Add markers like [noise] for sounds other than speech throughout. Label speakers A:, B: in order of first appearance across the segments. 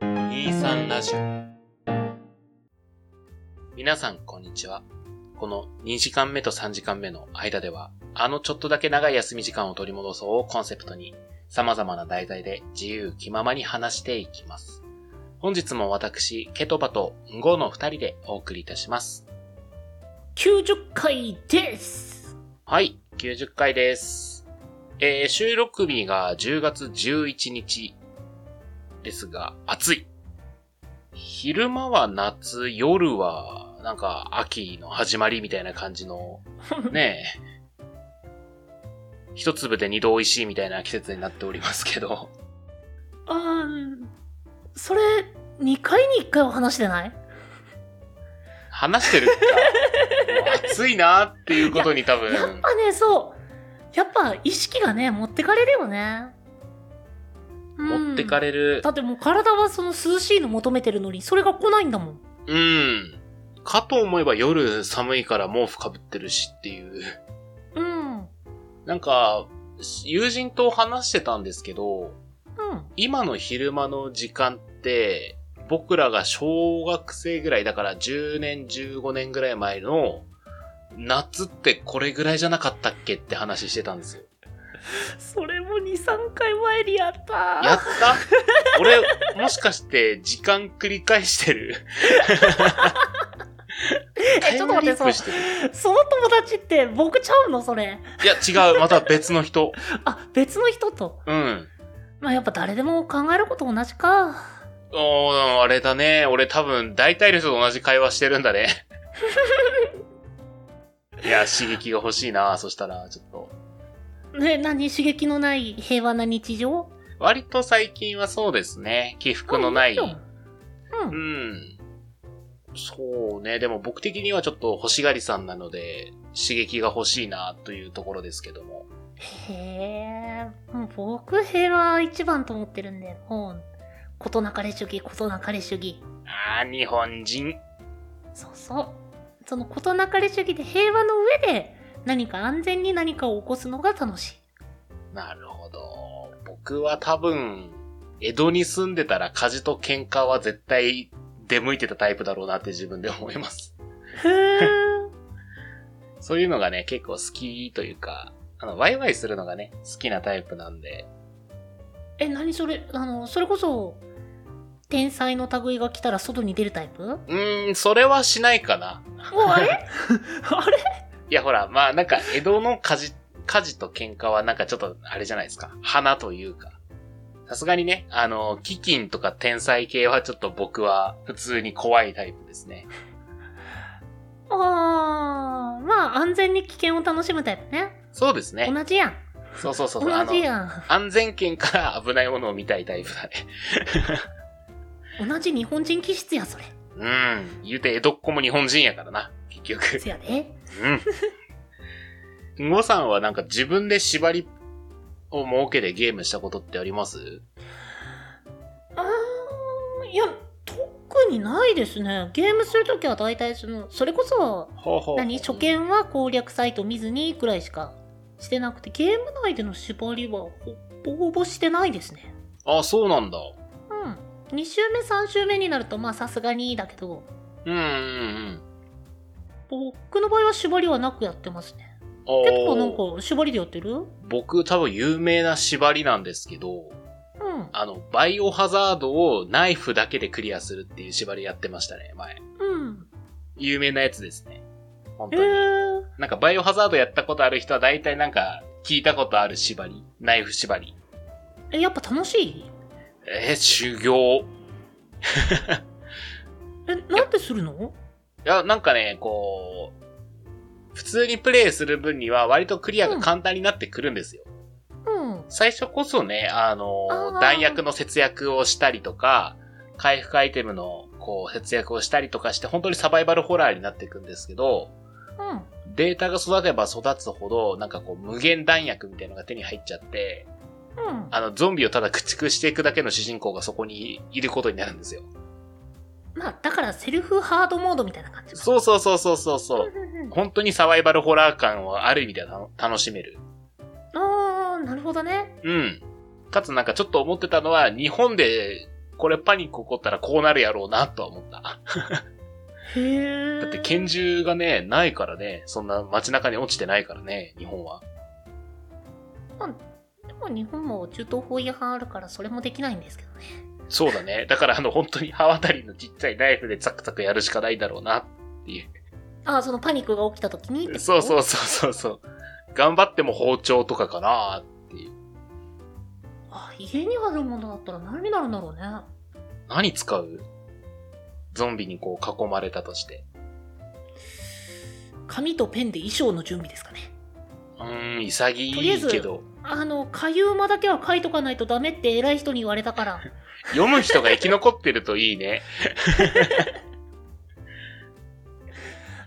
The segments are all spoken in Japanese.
A: 23ラジオ。皆さん、こんにちは。この2時間目と3時間目の間では、あのちょっとだけ長い休み時間を取り戻そうをコンセプトに、様々な題材で自由気ままに話していきます。本日も私、ケトバとンゴの2人でお送りいたします。
B: 90回です
A: はい、90回です。えー、収録日が10月11日ですが、暑い。昼間は夏、夜は、なんか、秋の始まりみたいな感じの、ねえ。一粒で二度美味しいみたいな季節になっておりますけど。
B: あーそれ2回に1回は話してない
A: 話してるかもう暑いなっていうことに多
B: やっ [laughs]
A: 分、
B: ぱねそうやっぱ意識がね持ってかれるよね
A: 持ってか
B: れ
A: れる
B: だ。ってもう体はその涼しいの求めてるのにそれが来ないんだもん
A: うん。かと思えば夜寒いから毛布かぶってるしっていう。 [laughs]
B: うんうん
A: なんか、友人と話してたんですけど、今の昼間の時間って、僕らが小学生ぐらい、だから10年、15年ぐらい前の、夏ってこれぐらいじゃなかったっけって話してたんですよ。
B: それも23回前にやった
A: やった俺、もしかして時間繰り返してるタ
B: ち
A: イ
B: ょっと
A: ム
B: 待
A: リ
B: って
A: ープしてる。
B: その友達って僕ちゃうのそれ
A: いや、違う。また別の人。
B: あ別の人と
A: うん。
B: まあやっぱ誰でも考えること同じか
A: おー、あれだね。俺多分、大体の人と同じ会話してるんだ [laughs] ね。いや、刺激が欲しいな。そしたら、ちょっと。
B: ね何刺激のない平和な日常
A: 割と最近はそうですね。起伏のない。
B: う。
A: うんん。そうね。でも僕的にはちょっと欲しがりさんなので、刺激が欲しいな、というところですけども。
B: へえ、もう僕平和一番と思ってるんで、もう、ことなかれ主義、ことなかれ主義。
A: あー、日本人。
B: そうそう。そのことなかれ主義で平和の上で、何か安全に何かを起こすのが楽しい。
A: なるほど。僕は多分、江戸に住んでたら火事と喧嘩は絶対出向いてたタイプだろうなって自分で思います。 [laughs]
B: ふー。
A: そういうのがね、結構好きというか、あの、ワイワイするのがね、好きなタイプなんで。
B: え、何それ、あの、それこそ、天才の類が来たら外に出るタイプ
A: [laughs]
B: もう
A: うーん、それはしないかな。
B: あれあれ
A: いや、ほら、まあなんか、江戸の火事、火事と喧嘩はなんかちょっと、あれじゃないですか。花というか。さすがにね、あの、飢饉とか天才系はちょっと僕は普通に怖いタイプですね。
B: あー、まあ安全に危険を楽しむタイプね。
A: そうですね。
B: 同じやん。
A: そうそうそうそう。あの
B: 同じやん。
A: 安全圏から危ないものを見たいタイプだね。
B: 同じ日本人気質やそれ
A: うん。言うて江戸っ子も日本人やからな、結局。
B: せやで
A: うん。ごさんはなんか自分で縛りを設けてゲームしたことってあります
B: あーいや特にないですねゲームするときは大体そのそれこそ
A: ほうほ
B: 何初見は攻略サイト見ずにくらいしかしてなくてゲーム内での縛りはほぼほぼしてないですね
A: あ、そうなんだ。
B: うん2周目3周目になるとまあさすがにだけど
A: うんうんうん。
B: 僕の場合は縛りはなくやってますね
A: あー
B: 結構なんか縛りでやってるうん
A: 僕多分有名な縛りなんですけど、あの、バイオハザードをナイフだけでクリアするっていう縛りやってましたね、前。
B: うん
A: 有名なやつですね。本
B: え
A: 当に。
B: ー、
A: なんかバイオハザードやったことある人は大体なんか聞いたことある縛り。ナイフ縛り。
B: えやっぱ楽しい
A: えー、修行。い
B: えなんでするの
A: や、なんかね、こう、普通にプレイする分には割とクリアが簡単になってくるんですよ。
B: うん
A: 最初こそね、あの
B: あー
A: 弾薬の節約をしたりとか、回復アイテムのこう節約をしたりとかして、本当にサバイバルホラーになっていくんですけど、
B: うん
A: データが育てば育つほど、なんかこう無限弾薬みたいなのが手に入っちゃって、
B: うん
A: あの、ゾンビをただ駆逐していくだけの主人公がそこにいることになるんですよ。
B: まあだからセルフハードモードみたいな感じう
A: そうそうそうそうそうそ
B: うん
A: う。
B: うんうん
A: 本当にサバイバルホラー感はある意味では楽楽しめる。
B: あーなるほどね
A: うん。かつなんかちょっと思ってたのは、日本でこれパニック起こったらこうなるやろうなとは思った。
B: へえ。
A: だって拳銃がね、ないからね、そんな街中に落ちてないからね、日本は。
B: でも日本も中東法違反あるからそれもできないんですけどね。
A: そうだね。だからあの本当に刃渡りのちっちゃいナイフでザクザクやるしかないだろうなっていう。
B: ああ、そのパニックが起きた時にってこと
A: そうそうそうそうそう。頑張っても包丁とかかな
B: あ、家にあるものだったら何になるんだろうね。
A: 何使うゾンビにこう囲まれたとして。
B: 紙とペンで衣装の準備ですかね。
A: うーん、潔いけど。
B: あの、かゆうまだけは書いとかないとダメって偉い人に言われ
A: [laughs]
B: たから。
A: 読む人が生き残ってるといいね。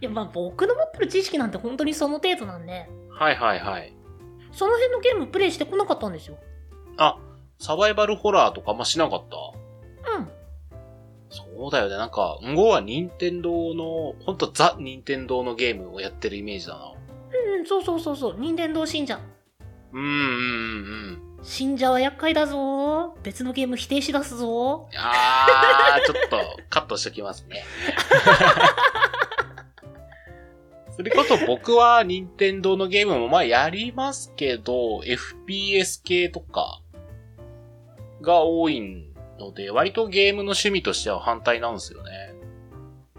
B: いや、まあ僕の持ってる知識なんて本当にその程度なんで、
A: はいはいはい。
B: その辺のゲームプレイしてこなかったんですよ。
A: あ、サバイバルホラーとかあんましなかった
B: うん。
A: そうだよね。なんか、向こうは任天堂の、ほんとザ・任天堂のゲームをやってるイメージだな。
B: うんうん、そうそうそうそう、任天堂信者。
A: うんうんうんうん。
B: 信者は厄介だぞー。別のゲーム否定しだすぞ
A: あー、ちょっとカットしときますね。それこそ僕は任天堂のゲームもまあやりますけど、FPS 系とかが多いので、割とゲームの趣味としては反対なんですよね。
B: ー。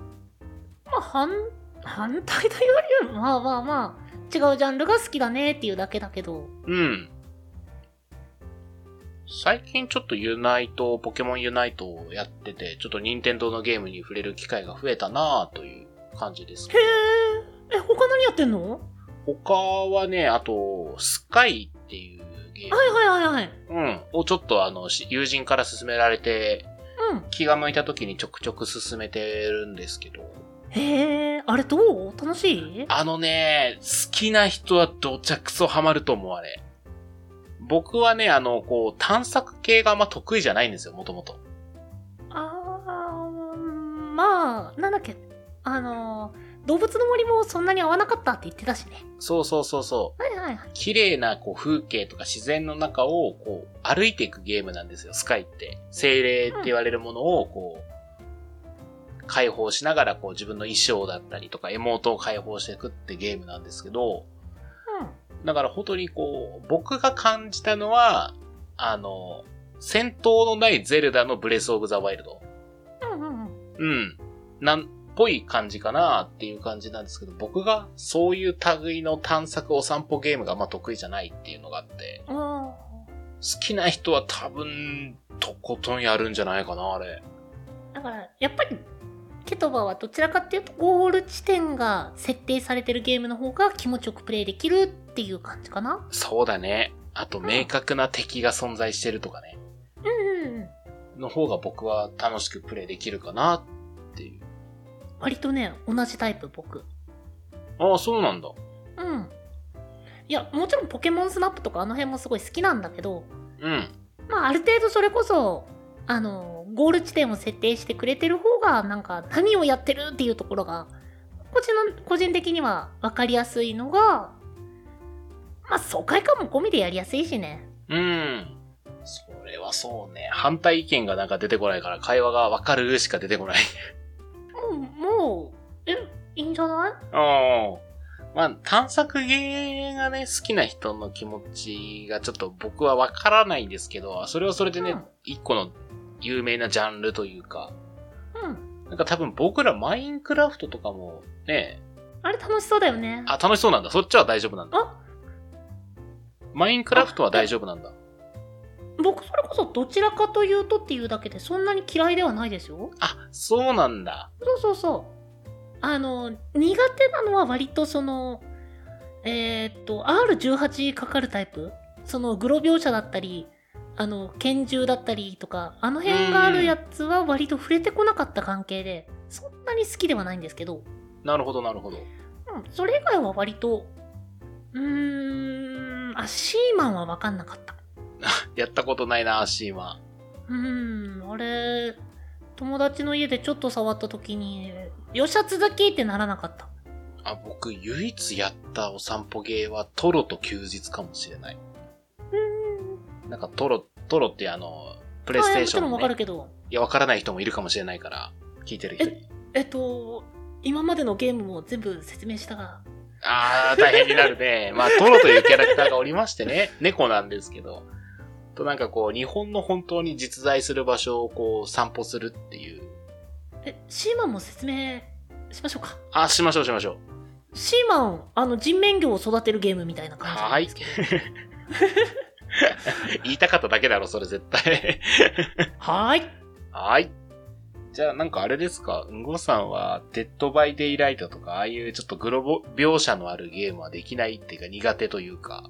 B: まあ、反、反対だよりは、まあまあまあ、違うジャンルが好きだねっていうだけだけど。
A: うん。最近ちょっとユナイト、ポケモンユナイトをやってて、ちょっと任天堂のゲームに触れる機会が増えたなぁという感じです
B: へ。え、え、他何やってんの
A: 他はね、あと、スカイっていうゲー
B: はいはいはいはい。
A: ム、うん、をちょっとあの、し友人から勧められて、
B: うん。
A: 気が向いた時にちょくちょく進めてるんですけど、
B: へえ、あれどう楽しい
A: あのね、好きな人はどちゃくそハマると思う、あれ。僕はね、あの、こう、探索系があんま得意じゃないんですよ、もともと。
B: あー、まあ、なんだっけ、あのー、動物の森もそんなに合わなかったって言ってたしね。
A: そうそうそうそう。
B: はいはいはい。
A: 綺麗なこう風景とか自然の中をこう歩いていくゲームなんですよ、スカイって。精霊って言われるものをこう、解放しながらこう自分の衣装だったりとか妹を解放していくってゲームなんですけど、だから本当にこう、僕が感じたのは、あの、戦闘のないゼルダのブレスオブザワイルド。
B: うん。うんうんうん。
A: うん。なん、ぽい感じかなっていう感じなんですけど、僕がそういう類の探索お散歩ゲームがあんま得意じゃないっていうのがあって、
B: あ
A: 好きな人は多分、とことんやるんじゃないかな、あれ。
B: ーだから、やっぱり、ケトバはどちらかっていうと、ゴール地点が設定されてるゲームの方が気持ちよくプレイできるっていう感じかな。
A: そうだね。あと、明確な敵が存在してるとかね。
B: うんうんうん。
A: の方が僕は楽しくプレイできるかなっていう。
B: 割とね、同じタイプ、僕。
A: ああ、そうなんだ。
B: うん。いや、もちろんポケモンスナップとかあの辺もすごい好きなんだけど、
A: うん。
B: まあ、ある程度それこそ、あの、ゴール地点を設定してくれてる方が、なんか、何をやってるっていうところが、個人の、個人的には分かりやすいのが、まあ、疎開感も込みでやりやすいしね。
A: うん。それはそうね。反対意見がなんか出てこないから、会話がわかるしか出てこない。 [laughs]
B: もう、もう、え、いいんじゃない
A: うん。まあ、探索ゲーがね、好きな人の気持ちがちょっと僕はわからないんですけど、それはそれでね
B: うん、
A: 一個の有名なジャンルというか、
B: うん。
A: なんか多分僕らマインクラフトとかもね、
B: あれ楽しそうだよね。
A: あ、楽しそうなんだ。そっちは大丈夫なんだ。
B: あ、
A: マインクラフトは大丈夫なんだ。
B: 僕それこそどちらかというとっていうだけで、そんなに嫌いではないですよ。
A: あ、そうなんだ。
B: そうそうそう。あの、苦手なのは割とその、えーっと、R18 かかるタイプその、グロ描写だったり、あの、拳銃だったりとか、あの辺があるやつは割と触れてこなかった関係で、そんなに好きではないんですけど、
A: なるほど、なるほど。
B: うん、それ以外は割と、うーん、あ、シーマンは分かんなかった。
A: やったことないな、シーマ。
B: うーん、あれ、友達の家でちょっと触った時に、よっしゃ続きってならなかった。
A: あ、僕、唯一やったお散歩ゲーはトロと休日かもしれない。
B: うーん、
A: なんかトロ、トロってあの、プレイステーション
B: はいもちろんわ
A: の、
B: か
A: ね
B: る、けど。
A: いや、わからない人もいるかもしれないから、聞いてる人に。
B: えっと、今までのゲームも全部説明したが、
A: あー、大変になるね。まあ、トロというキャラクターがおりましてね、猫なんですけど、となんかこう、日本の本当に実在する場所をこう、散歩するっていう。
B: え、シーマンも説明しましょうか。
A: あ、しましょうしましょう。
B: シーマン、あの、人面魚を育てるゲームみたいな感じなん
A: は
B: で
A: い
B: すけ。
A: 言いたかっただけだろ、それ絶対。 [laughs]
B: ど。はーい。
A: はい。じゃあ、なんかあれですかうんごさんは、デッドバイデイライトとか、ああいうちょっとグロボ、描写のあるゲームはできないっていうか、苦手というか。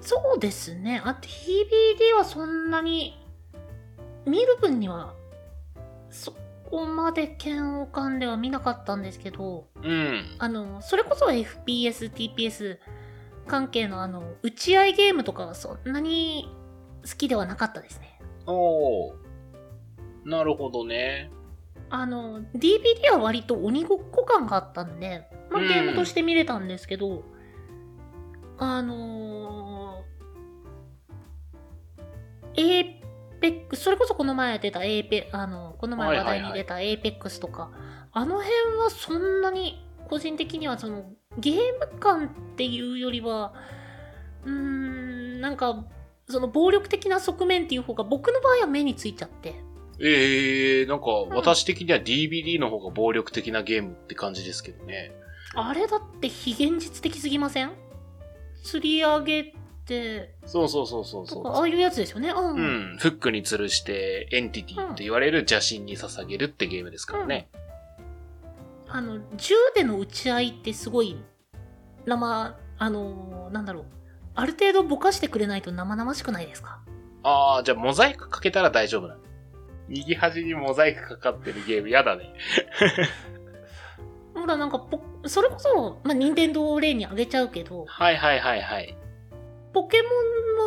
B: そうですね。あと TBD はそんなに、見る分には、そこまで嫌悪感では見なかったんですけど、
A: うん。
B: あの、それこそ FPS、TPS 関係のあの、打ち合いゲームとかはそんなに好きではなかったですね。
A: おー。なるほどね。
B: あの、DVD は割と鬼ごっこ感があったんで、まあ、
A: うん
B: ゲームとして見れたんですけど、あのー、エーペックス、それこそこの前出たエーペ、あの、この前話題に出たエーペックスとか、あの辺はそんなに、個人的にはその、ゲーム感っていうよりは、うーん、なんか、その暴力的な側面っていう方が僕の場合は目についちゃって。
A: ええー、なんか、
B: ん
A: 私的には DVD の方が暴力的なゲームって感じですけどね。
B: あれだって非現実的すぎません釣り上げて
A: そうそうそうそう
B: と
A: そう。
B: かああいうやつですよねう
A: う
B: ん、
A: ん、フックに吊るして、エンティティと言われる邪神に捧げるってゲームですからね。
B: あの銃での打ち合いってすごい生あのーなんだろうある程度ぼかしてくれないと生々しくないですか
A: ああ、じゃあモザイクかけたら大丈夫なの右端にモザイクかかってるゲーム、やだね。
B: ほらなんかポそれこそまあ任天堂を例に挙げちゃうけど
A: はいはいはいはい。
B: ポケモ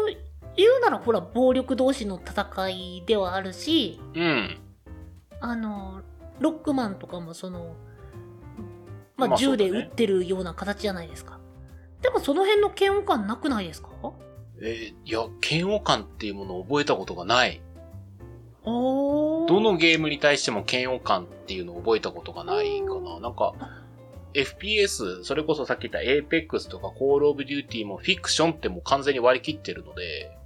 B: ンの言うならほら暴力同士の戦いではあるし
A: うん。
B: あの、ロックマンとかもその、まあ、
A: まあ
B: 銃で
A: そうだ
B: 撃
A: ね
B: ってるような形じゃないですか。でもその辺の嫌悪感なくないですか
A: えーいや、嫌悪感っていうものを覚えたことがない。
B: お
A: どのゲームに対しても嫌悪感っていうのを覚えたことがないかな。なんか、FPS、それこそさっき言った Apex とか Call of Duty もフィクションってもう完全に割り切ってるので、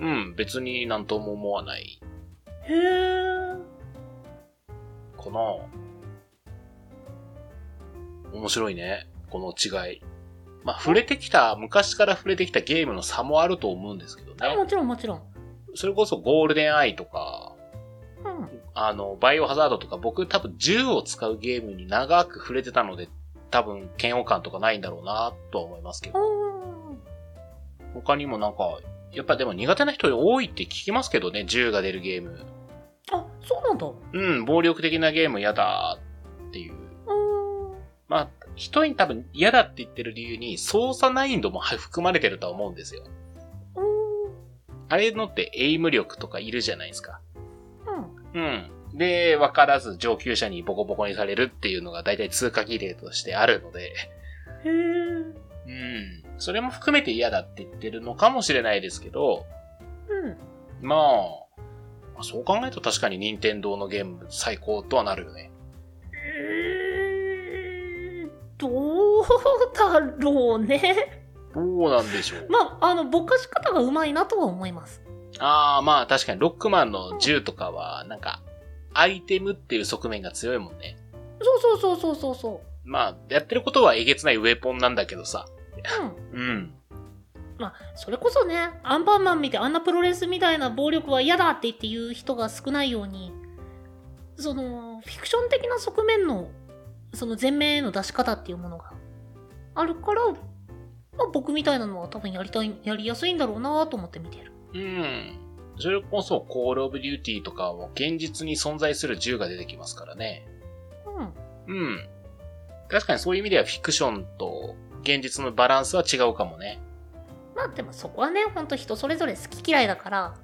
B: うん。
A: うん、別になんとも思わない
B: へー。
A: かな面白いね。この違い。まあ、触れてきた、昔から触れてきたゲームの差もあると思うんですけど
B: あ
A: ね。
B: もちろんもちろん。
A: それこそゴールデンアイとか、
B: うん。
A: あの、バイオハザードとか、僕多分銃を使うゲームに長く触れてたので、多分嫌悪感とかないんだろうなとは思いますけど。
B: おー
A: 他にもなんか、やっぱでも苦手な人多いって聞きますけどね、銃が出るゲーム。
B: あ、そうなんだ。
A: うん、暴力的なゲーム嫌だっていう。
B: おー
A: まあ、人に多分嫌だって言ってる理由に操作難易度も含まれてるとは思うんですよ。
B: お
A: あれのってエイム力とかいるじゃないですか。
B: ーうん。
A: うん。で、わからず上級者にボコボコにされるっていうのが大体通過儀礼としてあるので、
B: へー。
A: うん。それも含めて嫌だって言ってるのかもしれないですけど、
B: うん。
A: まあ、そう考えると確かに任天堂のゲーム最高とはなるよね。
B: えーどうだろうね。 [laughs]
A: どうなんでしょう。
B: まあ、あの、ぼかし方がうまいなとは思います。
A: ああ、まあ確かにロックマンの銃とかは、なんか、アイテムっていう側面が強いもんね。
B: そうそうそうそうそうそう。
A: まあ、やってることはえげつないウェポンなんだけどさ。
B: うん。
A: うん。
B: まあ、それこそね、アンパンマン見てあんなプロレスみたいな暴力は嫌だって言って言う人が少ないように、その、フィクション的な側面の、その前面への出し方っていうものがあるから、まあ、僕みたいなのは多分やりたい、やりやすいんだろうなと思って見てる。
A: うん。それこそ、コールオブデューティーとかは現実に存在する銃が出てきますからね。
B: うん。
A: うん。確かにそういう意味ではフィクションと現実のバランスは違うかもね。
B: まあでもそこはね、ほんと人それぞれ好き嫌いだから、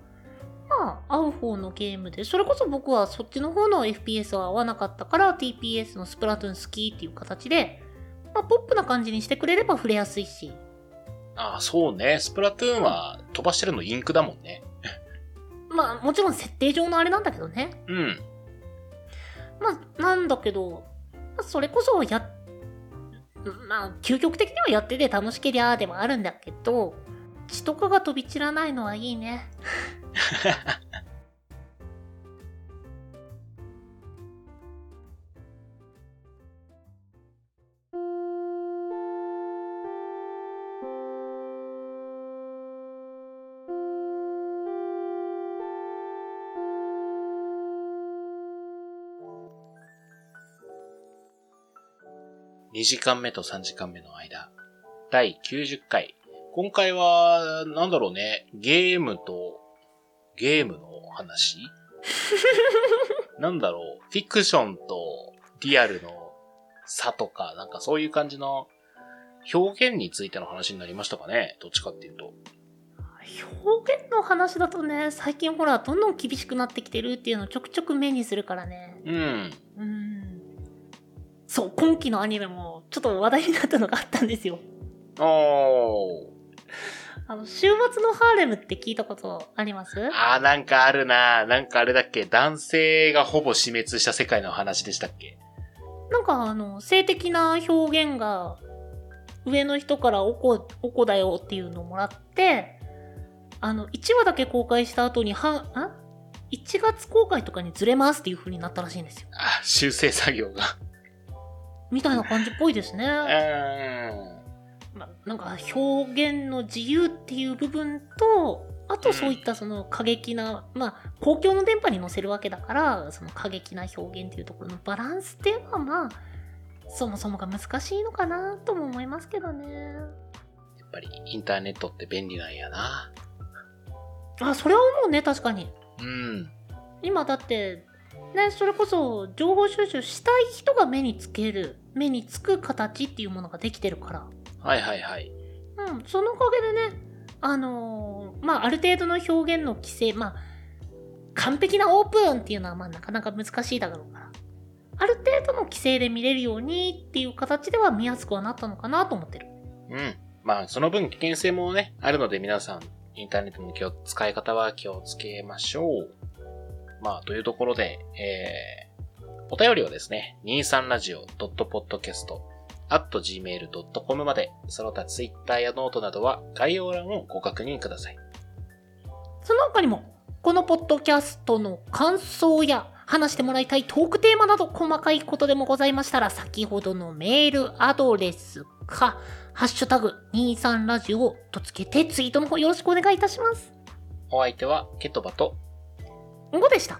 B: まあ、合う方のゲームで、それこそ僕はそっちの方の FPS は合わなかったから、TPS のスプラトゥーン好きっていう形で、まあ、ポップな感じにしてくれれば触れやすいし、
A: ああ、そうね。スプラトゥーンは飛ばしてるのインクだもんね。
B: まあ、もちろん設定上のあれなんだけどね。
A: うん。
B: まあ、なんだけど、まあそれこそやっ、まあ、究極的にはやってて楽しけりゃーではあるんだけど、血とかが飛び散らないのはいいね。
A: 2時間目と3時間目の間。第90回。今回は、なんだろうね、ゲームと、ゲームの話なんだろう、フィクションとリアルの差とか、なんかそういう感じの表現についての話になりましたかねどっちかっていうと。
B: 表現の話だとね、最近ほら、どんどん厳しくなってきてるっていうのをちょくちょく目にするからね。
A: うん。
B: うん。そう、今期のアニメも、ちょっと話題になったのがあったんですよ。
A: おー。
B: あの、週末のハーレムって聞いたことあります
A: あー、なんかあるななんかあれだっけ男性がほぼ死滅した世界の話でしたっけ
B: なんかあの、性的な表現が、上の人からおこ、おこだよっていうのをもらって、あの、1話だけ公開した後に、は、ん ?1 月公開とかにずれますっていう風になったらしいんですよ。
A: あ、修正作業が。
B: みたいな感じっぽいですね。
A: う
B: まあ、なんか表現の自由っていう部分と、あとそういったその過激な、まあ公共の電波に載せるわけだから、その過激な表現っていうところのバランスっていうのはまあ、そもそもが難しいのかなとも思いますけどね。
A: ん。やっぱりインターネットって便利なんやな。
B: あ、それは思うね、確かに。
A: うん。
B: 今だって、ね、それこそ情報収集したい人が目につける、目につく形っていうものができてるから。
A: はいはいはい。
B: うん、そのおかげでね、あのーまあ、ある程度の表現の規制、まあ、完璧なオープンっていうのは、まあ、なかなか難しいだろうから、ある程度の規制で見れるようにっていう形では見やすくはなったのかなと思ってる。
A: うん。まあ、その分危険性もね、あるので皆さん、インターネットの気を使い方は気をつけましょう。まあ、というところで、えー、お便りはですね、23radio.podcast.gmail.com まで、その他ツイッターやノートなどは概要欄をご確認ください。
B: その他にも、このポッドキャストの感想や話してもらいたいトークテーマなど細かいことでもございましたら、先ほどのメールアドレスか、ハッシュタグ23ラジオとつけてツイートの方よろしくお願いいたします。
A: お相手は、ケトバと、
B: んごでした。